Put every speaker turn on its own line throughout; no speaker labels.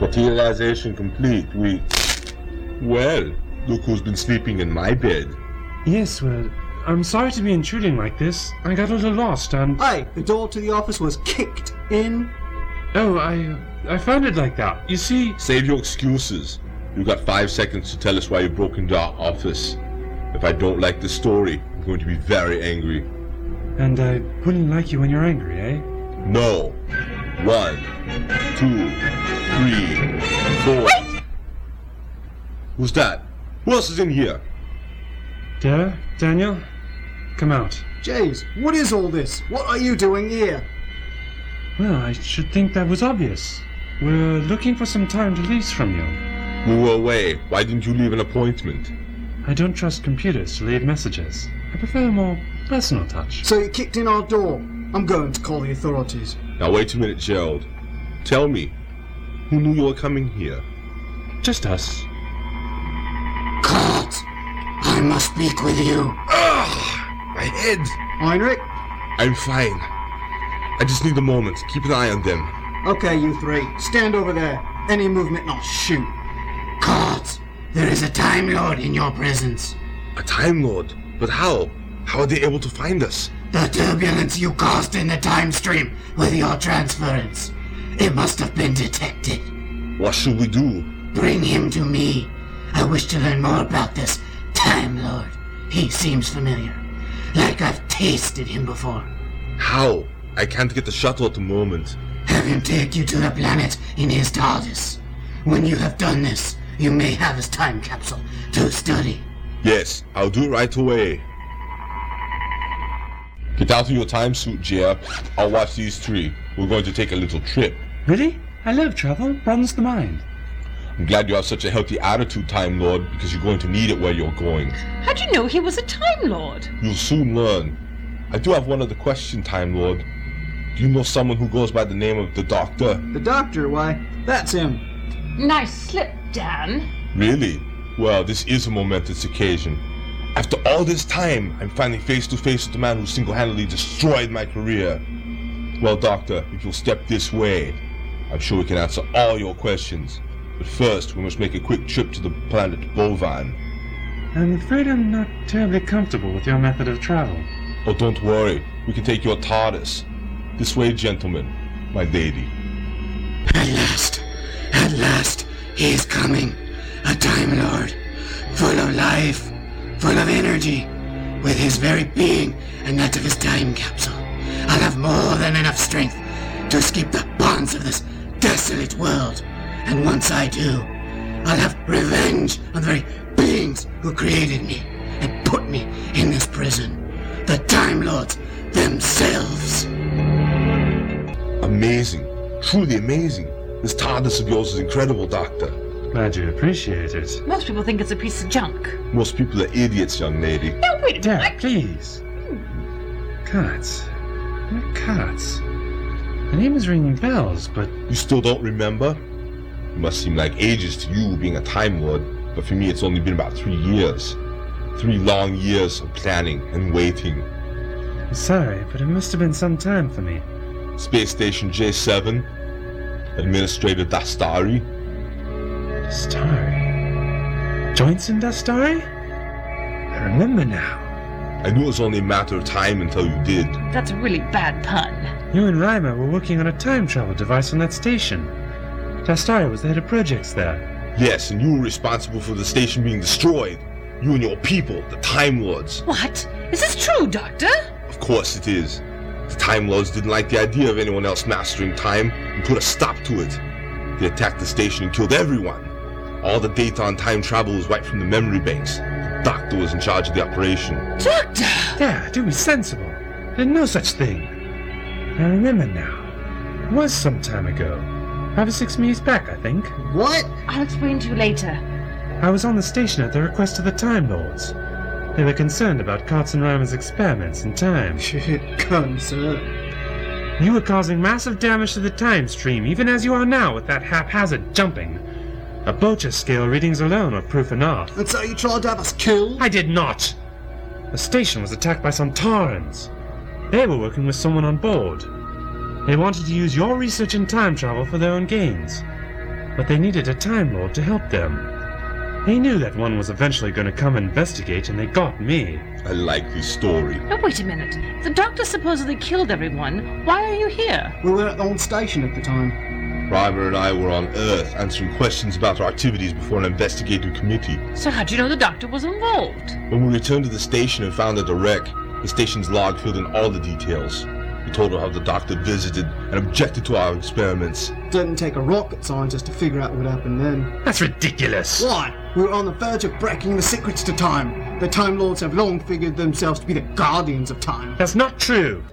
materialization complete, we. Well, look who's been sleeping in my bed.
Yes, well, I'm sorry to be intruding like this. I got a little lost and.
Aye, the door to the office was kicked in.
Oh, I. I found it like that. You see.
Save your excuses. You've got five seconds to tell us why you broke into our office. If I don't like the story, I'm going to be very angry.
And I wouldn't like you when you're angry, eh?
No. One, two, three, four.
Wait!
Who's that? Who else is in here?
Dara, Daniel, come out.
James, what is all this? What are you doing here?
Well, I should think that was obvious. We're looking for some time to lease from you.
You were away. Why didn't you leave an appointment?
I don't trust computers to leave messages. I prefer a more personal touch.
So you kicked in our door. I'm going to call the authorities.
Now wait a minute, Gerald. Tell me, who knew you were coming here?
Just us.
God, I must speak with you.
My head.
Heinrich?
I'm fine. I just need a moment. Keep an eye on them.
Okay, you three, stand over there. Any movement, and I'll shoot. God, there is a Time Lord in your presence.
A Time Lord? But how? How are they able to find us?
The turbulence you caused in the time stream with your transference. It must have been detected.
What should we do?
Bring him to me. I wish to learn more about this Time Lord. He seems familiar. Like I've tasted him before.
How? I can't get the shuttle at the moment.
Have him take you to the planet in his TARDIS. When you have done this, you may have his time capsule to study.
Yes, I'll do it right away. Get out of your time suit, JR. I'll watch these three. We're going to take a little trip.
Really? I love travel. Broadens the mind.
I'm glad you have such a healthy attitude, Time Lord, because you're going to need it where you're going.
How'd you know he was a Time Lord?
You'll soon learn. I do have one other question, Time Lord. Do you know someone who goes by the name of the Doctor?
The doctor, why, that's him.
Nice slip, Dan.
Really? Well, this is a momentous occasion. After all this time, I'm finally face to face with the man who single handedly destroyed my career. Well, Doctor, if you'll step this way, I'm sure we can answer all your questions. But first, we must make a quick trip to the planet Bovan.
I'm afraid I'm not terribly comfortable with your method of travel.
Oh, don't worry, we can take your TARDIS. This way, gentlemen, my lady.
At last, at last, he is coming. A Time Lord. Full of life, full of energy. With his very being and that of his time capsule, I'll have more than enough strength to escape the bonds of this desolate world. And once I do, I'll have revenge on the very beings who created me and put me in this prison. The Time Lords themselves.
Amazing, truly amazing. This TARDIS of yours is incredible, Doctor.
Glad you appreciate it.
Most people think it's a piece of junk.
Most people are idiots, young lady.
No, wait a
Dara,
minute.
please. Cats. They're cats. The name is ringing bells, but
You still don't remember? It must seem like ages to you being a Time Lord, but for me it's only been about three years. Three long years of planning and waiting.
I'm sorry, but it must have been some time for me.
Space Station J7, Administrator Dastari,
Starry. Johnson Dastari? I remember now.
I knew it was only a matter of time until you did.
That's a really bad pun.
You and Reimer were working on a time travel device on that station. Dastari was the head of projects there.
Yes, and you were responsible for the station being destroyed. You and your people, the Time Lords.
What? Is this true, Doctor?
Of course it is. The Time Lords didn't like the idea of anyone else mastering time and put a stop to it. They attacked the station and killed everyone. All the data on time travel was wiped from the memory banks. The doctor was in charge of the operation.
Doctor!
There, do be sensible. There's no such thing. I remember now. It was some time ago. Five or six minutes back, I think.
What?
I'll explain to you later.
I was on the station at the request of the Time Lords. They were concerned about Carts and Reimer's experiments in time.
Concern.
You were causing massive damage to the time stream, even as you are now with that haphazard jumping. A Bocher scale readings alone are proof enough.
And so you tried to have us killed?
I did not! The station was attacked by some Taurans. They were working with someone on board. They wanted to use your research in time travel for their own gains. but they needed a Time Lord to help them. They knew that one was eventually going to come investigate, and they got me.
I like this story.
Now, wait a minute. If the doctor supposedly killed everyone, why are you here?
We were at the old station at the time.
Reimer and I were on Earth answering questions about our activities before an investigative committee.
So, how'd you know the doctor was involved?
When we returned to the station and found out the wreck, the station's log filled in all the details. We told her how the doctor visited and objected to our experiments.
Didn't take a rocket scientist to figure out what happened then.
That's ridiculous.
Why? We were on the verge of breaking the secrets to time. The Time Lords have long figured themselves to be the guardians of time.
That's not true.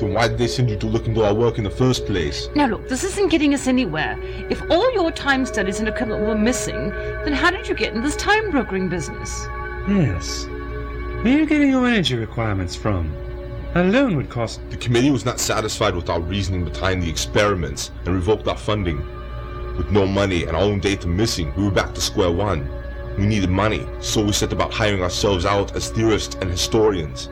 Then why did they send you to look into our work in the first place?
Now, look, this isn't getting us anywhere. If all your time studies and equipment were missing, then how did you get in this time brokering business?
Yes. Where are you getting your energy requirements from? A loan would cost.
The committee was not satisfied with our reasoning behind the experiments and revoked our funding. With no money and our own data missing, we were back to square one. We needed money, so we set about hiring ourselves out as theorists and historians.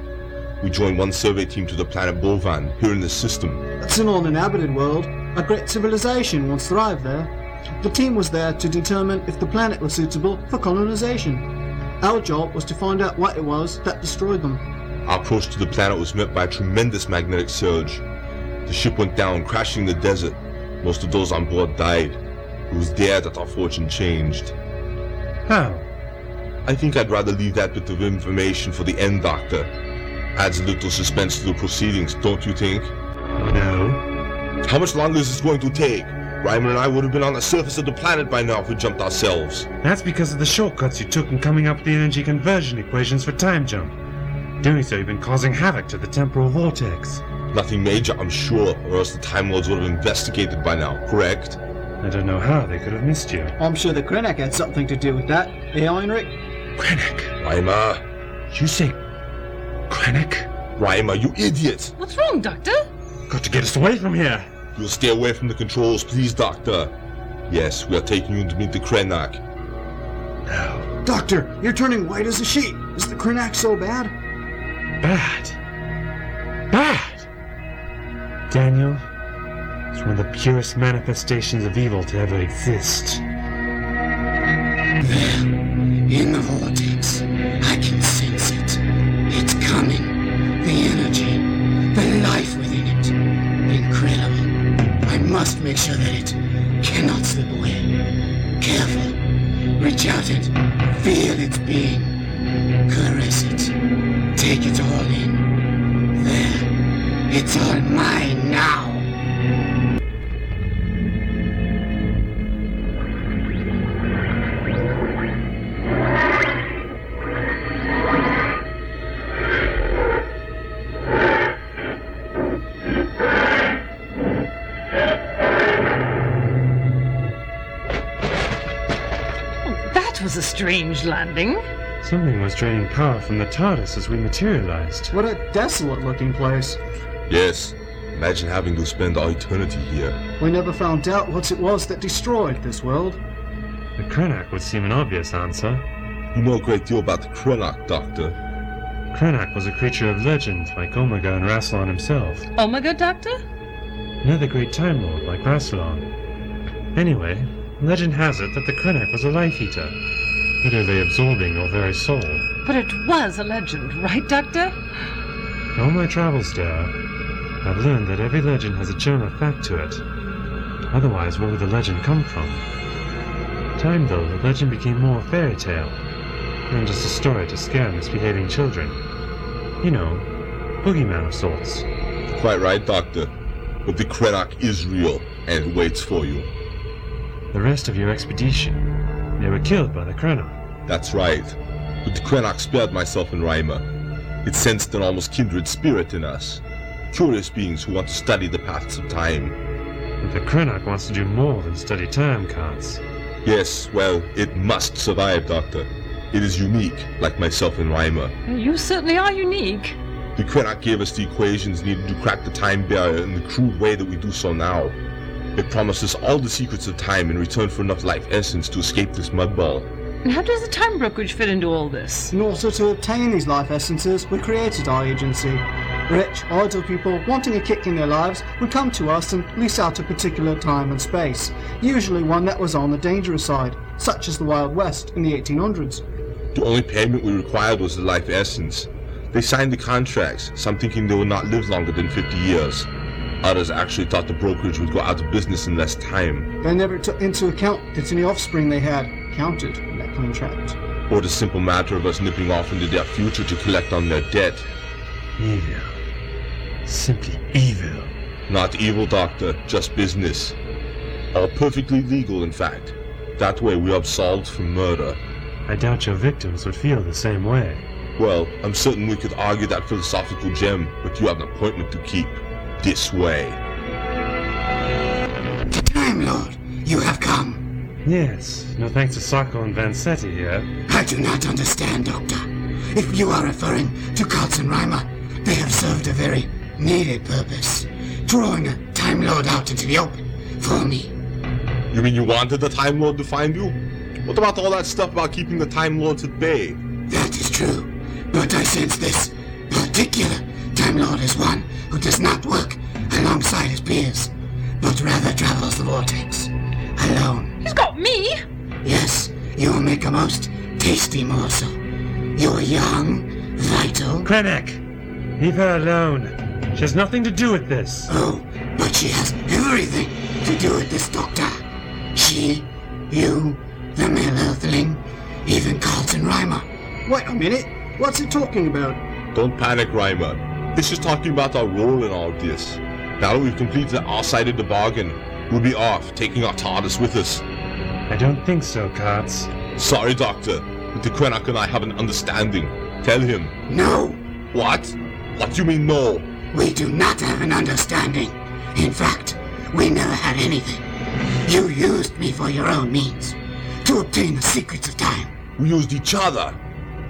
We joined one survey team to the planet Bovan, here in the system.
It's an uninhabited world. A great civilization once thrived there. The team was there to determine if the planet was suitable for colonization. Our job was to find out what it was that destroyed them.
Our approach to the planet was met by a tremendous magnetic surge. The ship went down, crashing in the desert. Most of those on board died. It was there that our fortune changed.
How?
I think I'd rather leave that bit of information for the end, Doctor. Adds a little suspense to the proceedings, don't you think?
No.
How much longer is this going to take? Ryman and I would have been on the surface of the planet by now if we jumped ourselves.
That's because of the shortcuts you took in coming up with the energy conversion equations for time jump. Doing so, you've been causing havoc to the temporal vortex.
Nothing major, I'm sure, or else the Time Lords would have investigated by now, correct?
I don't know how they could have missed you.
I'm sure the Krennic had something to do with that, eh, Heinrich?
Krennic.
Reimer!
You say. Krennic?
Reimer, you idiot!
What's wrong, Doctor?
Got to get us away from here.
You'll stay away from the controls, please, Doctor. Yes, we are taking you to meet the Krenak.
No.
Doctor, you're turning white as a sheet. Is the Krennic so bad?
Bad. Bad! Daniel, it's one of the purest manifestations of evil to ever exist.
In the vortex, I can sense it. It's coming. The energy, the life within it. Incredible. I must make sure that it cannot slip away. Careful. Reach out it. Feel its being. Caress it. Take it all in. There. It's all mine now.
Oh, that was a strange landing.
Something was draining power from the TARDIS as we materialized.
What a desolate looking place.
Yes, imagine having to spend our eternity here.
We never found out what it was that destroyed this world.
The Krenak would seem an obvious answer.
You know a great deal about the Krenak, Doctor.
Krenak was a creature of legend, like Omega and Rassilon himself.
Omega, Oh Doctor?
Another great Time Lord, like Rassilon. Anyway, legend has it that the Krenak was a life eater, literally absorbing your very soul.
But it was a legend, right, Doctor?
In all my travels, Dara, I've learned that every legend has a germ of fact to it. Otherwise, where would the legend come from? Time, though, the legend became more a fairy tale than just a story to scare misbehaving children. You know, boogeyman of sorts.
Quite right, Doctor. But the Krenak is real and waits for you.
The rest of your expedition, they were killed by the Krenak.
That's right. But the Krenak spared myself and Reimer. It sensed an almost kindred spirit in us. Curious beings who want to study the paths of time.
But the Krenak wants to do more than study time cards.
Yes, well, it must survive, Doctor. It is unique, like myself and Reimer.
You certainly are unique.
The Krenak gave us the equations needed to crack the time barrier in the crude way that we do so now. It promised us all the secrets of time in return for enough life essence to escape this mudball.
And how does the time brokerage fit into all this?
In order to obtain these life essences, we created our agency. Rich, idle people wanting a kick in their lives would come to us and lease out a particular time and space, usually one that was on the dangerous side, such as the Wild West in the 1800s.
The only payment we required was the life essence. They signed the contracts, some thinking they would not live longer than 50 years. Others actually thought the brokerage would go out of business in less time,
They never took into account that any offspring they had counted in that contract.
or the simple matter of us nipping off into their future to collect on their debt.
Evil. Simply evil.
Not evil, Doctor, just business. All perfectly legal, in fact. That way we absolved from murder.
I doubt your victims would feel the same way.
Well, I'm certain we could argue that philosophical gem, but you have an appointment to keep. This way.
The Time Lord, you have come.
Yes, no thanks to Sacco and Vanzetti here.
I do not understand, Doctor. If you are referring to Kaltz and Reimer, they have served a very needed purpose, drawing a Time Lord out into the open for me.
You mean you wanted the Time Lord to find you? What about all that stuff about keeping the Time Lords at bay?
That is true, but I sense this particular Time Lord is one who does not work alongside his peers, but rather travels the vortex alone.
He's got me!
Yes, you will make a most tasty morsel. You are young, vital.
Krennic! Leave her alone. She has nothing to do with this.
Oh, but she has everything to do with this doctor. She, you, the male earthling, even Carlton Reimer.
Wait a minute, what's he talking about?
Don't panic, Reimer. It's just talking about our role in all of this. Now that we've completed our side of the bargain, we'll be off, taking our TARDIS with us.
I don't think so, Katz.
Sorry, Doctor, but the Krennic and I have an understanding. Tell him.
No,
What? What do you mean, no?
we do not have an understanding. In fact, we never had anything. You used me for your own means to obtain the secrets of time.
We used each other.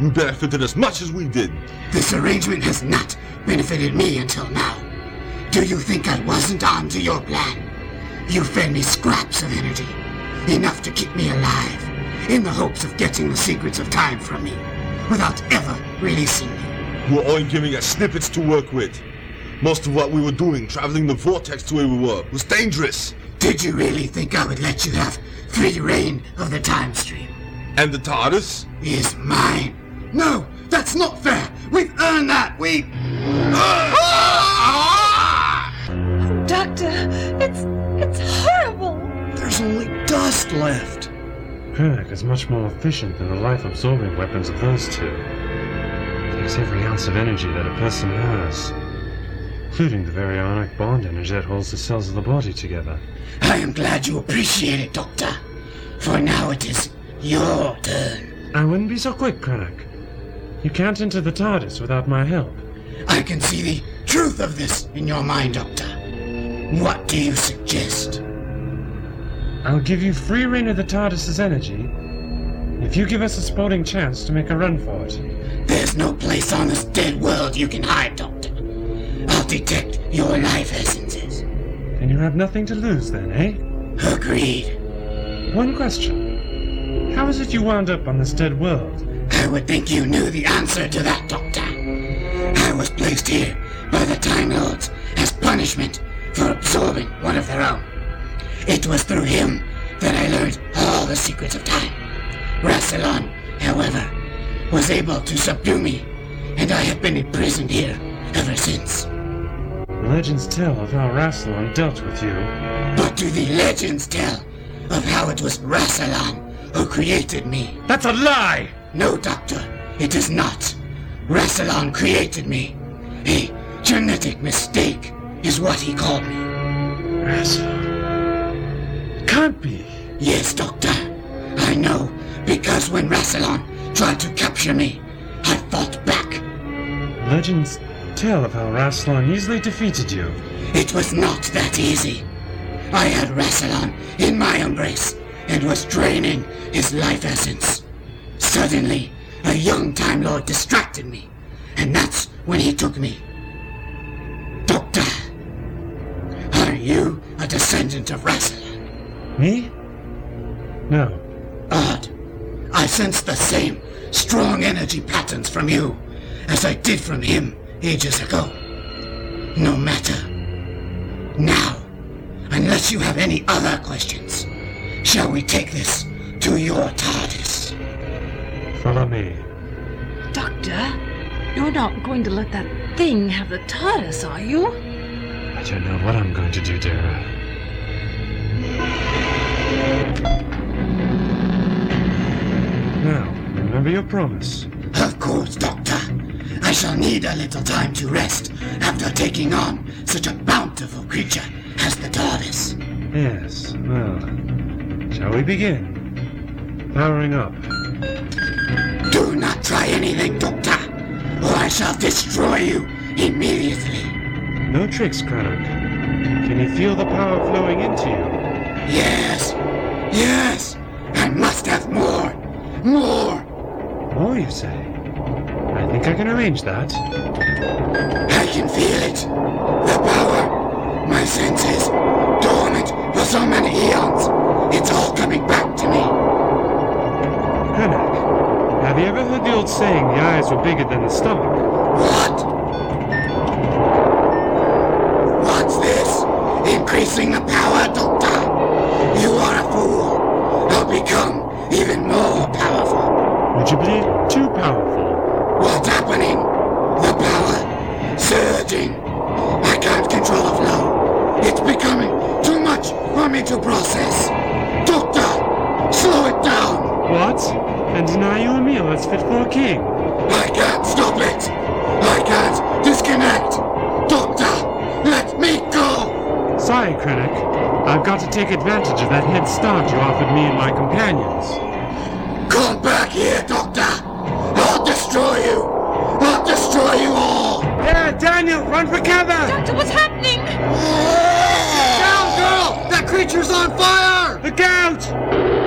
You benefited as much as we did.
This arrangement has not benefited me until now. Do you think I wasn't on to your plan? You fed me scraps of energy, enough to keep me alive, in the hopes of getting the secrets of time from me, without ever releasing me.
You were only giving us snippets to work with. Most of what we were doing, traveling the vortex the way we were, was dangerous.
Did you really think I would let you have free reign of the time stream?
And the TARDIS?
Is mine. No, that's not fair. We've earned that. We. Ah!
Doctor, it's. it's horrible!
There's only dust left.
Krennic is much more efficient than the life absorbing weapons of those two. Takes every ounce of energy that a person has, including the very ionic bond energy that holds the cells of the body together.
I am glad you appreciate it, Doctor. For now it is your turn.
I wouldn't be so quick, Krennic. You can't enter the TARDIS without my help.
I can see the truth of this in your mind, Doctor. What do you suggest?
I'll give you free rein of the TARDIS's energy if you give us a sporting chance to make a run for it.
There's no place on this dead world you can hide, Doctor. I'll detect your life essences.
And you have nothing to lose then, eh?
Agreed.
One question. How is it you wound up on this dead world?
I would think you knew the answer to that, Doctor. I was placed here by the Time Lords as punishment for absorbing one of their own. It was through him that I learned all the secrets of time. Rassilon, however, was able to subdue me, and I have been imprisoned here ever since.
The legends tell of how Rassilon dealt with you.
But do the legends tell of how it was Rassilon who created me?
That's a lie!
No, Doctor, it is not. Rassilon created me. A genetic mistake is what he called me.
Rassilon. It can't be.
Yes, Doctor, I know, because when Rassilon tried to capture me, I fought back.
Legends tell of how Rassilon easily defeated you.
It was not that easy. I had Rassilon in my embrace and was draining his life essence. Suddenly, a young Time Lord distracted me, and that's when he took me. Doctor, are you a descendant of Rassilon?
Me? No.
Odd. I sense the same strong energy patterns from you as I did from him ages ago. no matter. Now, unless you have any other questions, shall we take this to your TARDIS?
Follow me.
Doctor, you're not going to let that thing have the TARDIS, are you?
I don't know what I'm going to do, Dara. Now, remember your promise.
Of course, Doctor. I shall need a little time to rest after taking on such a bountiful creature as the TARDIS.
Yes, well, shall we begin? Powering up.
Do not try anything, Doctor, or I shall destroy you immediately.
No tricks, Craddock. Can you feel the power flowing into you?
Yes, yes, I must have more, more.
More, you say? I think I can arrange that.
I can feel it. The power, my senses, dormant for so many eons. It's all coming back to me.
Craddock, have you ever heard the old saying the eyes were bigger than the stomach?
What? What's this? Increasing the power, Doctor? You are a fool. I'll become even more powerful.
Would you believe too powerful?
What's happening? The power surging. I can't control the flow. It's becoming too much for me to process. Doctor, slow it down.
What? And deny you a meal that's fit for a king?
I can't stop it. I can't disconnect. Doctor, let me go.
Sorry, Krennic. I've got to take advantage of that head start you offered me and my companions.
Come back here, Doctor! I'll destroy you! I'll destroy you all!
Yeah, Daniel, run for cover!
Doctor, what's happening?
Down, girl! That creature's on fire!
Look out!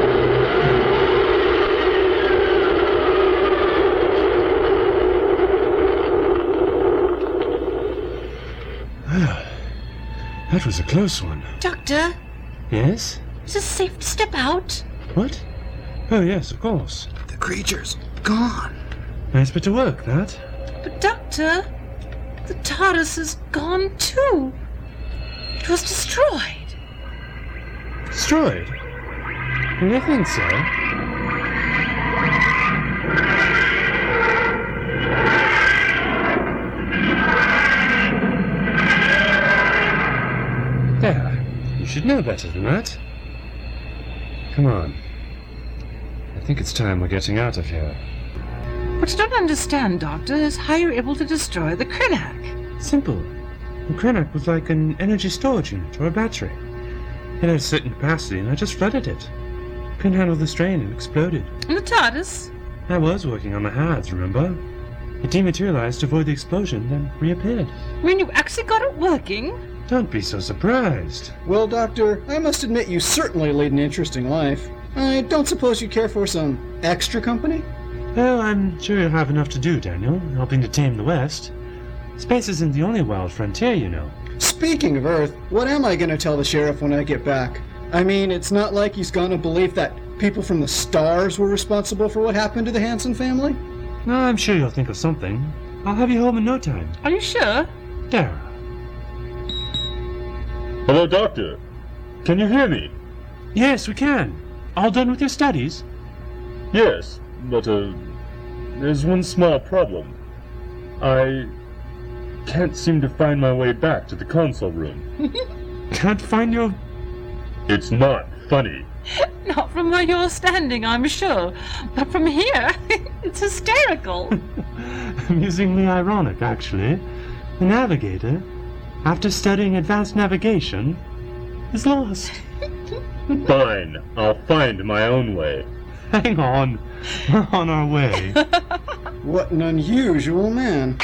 that was a close one.
Doctor,
Yes?
is it safe to step out?
What? Oh, yes, of course.
The creature's gone.
Nice bit of work, that.
But, Doctor, the TARDIS is gone too. It was destroyed.
Destroyed? You think so? There. You should know better than that. Come on. I think it's time we're getting out of here.
What I don't understand, Doctor, is how you're able to destroy the Krenak.
Simple. The Krenak was like an energy storage unit or a battery. It had a certain capacity, and I just flooded it. Couldn't handle the strain and exploded.
And the TARDIS?
I was working on the hards, remember? It dematerialized to avoid the explosion, then reappeared.
When you actually got it working?
Don't be so surprised.
Well, Doctor, I must admit you certainly lead an interesting life. I don't suppose you care for some extra company?
Well, I'm sure you'll have enough to do, Daniel, helping to tame the West. Space isn't the only wild frontier, you know.
Speaking of Earth, what am I going to tell the sheriff when I get back? I mean, it's not like he's going to believe that people from the stars were responsible for what happened to the Hanson family.
No, I'm sure you'll think of something. I'll have you home in no time.
Are you sure?
Dara,
Hello, Doctor. Can you hear me?
Yes, we can. All done with your studies?
Yes, but uh, there's one small problem. I can't seem to find my way back to the console room.
Can't find your.
It's not funny.
Not from where you're standing, I'm sure. But from here, it's hysterical.
Amusingly ironic, actually. The navigator, after studying advanced navigation, is lost.
Fine, I'll find my own way.
Hang on, we're on our way.
What an unusual man.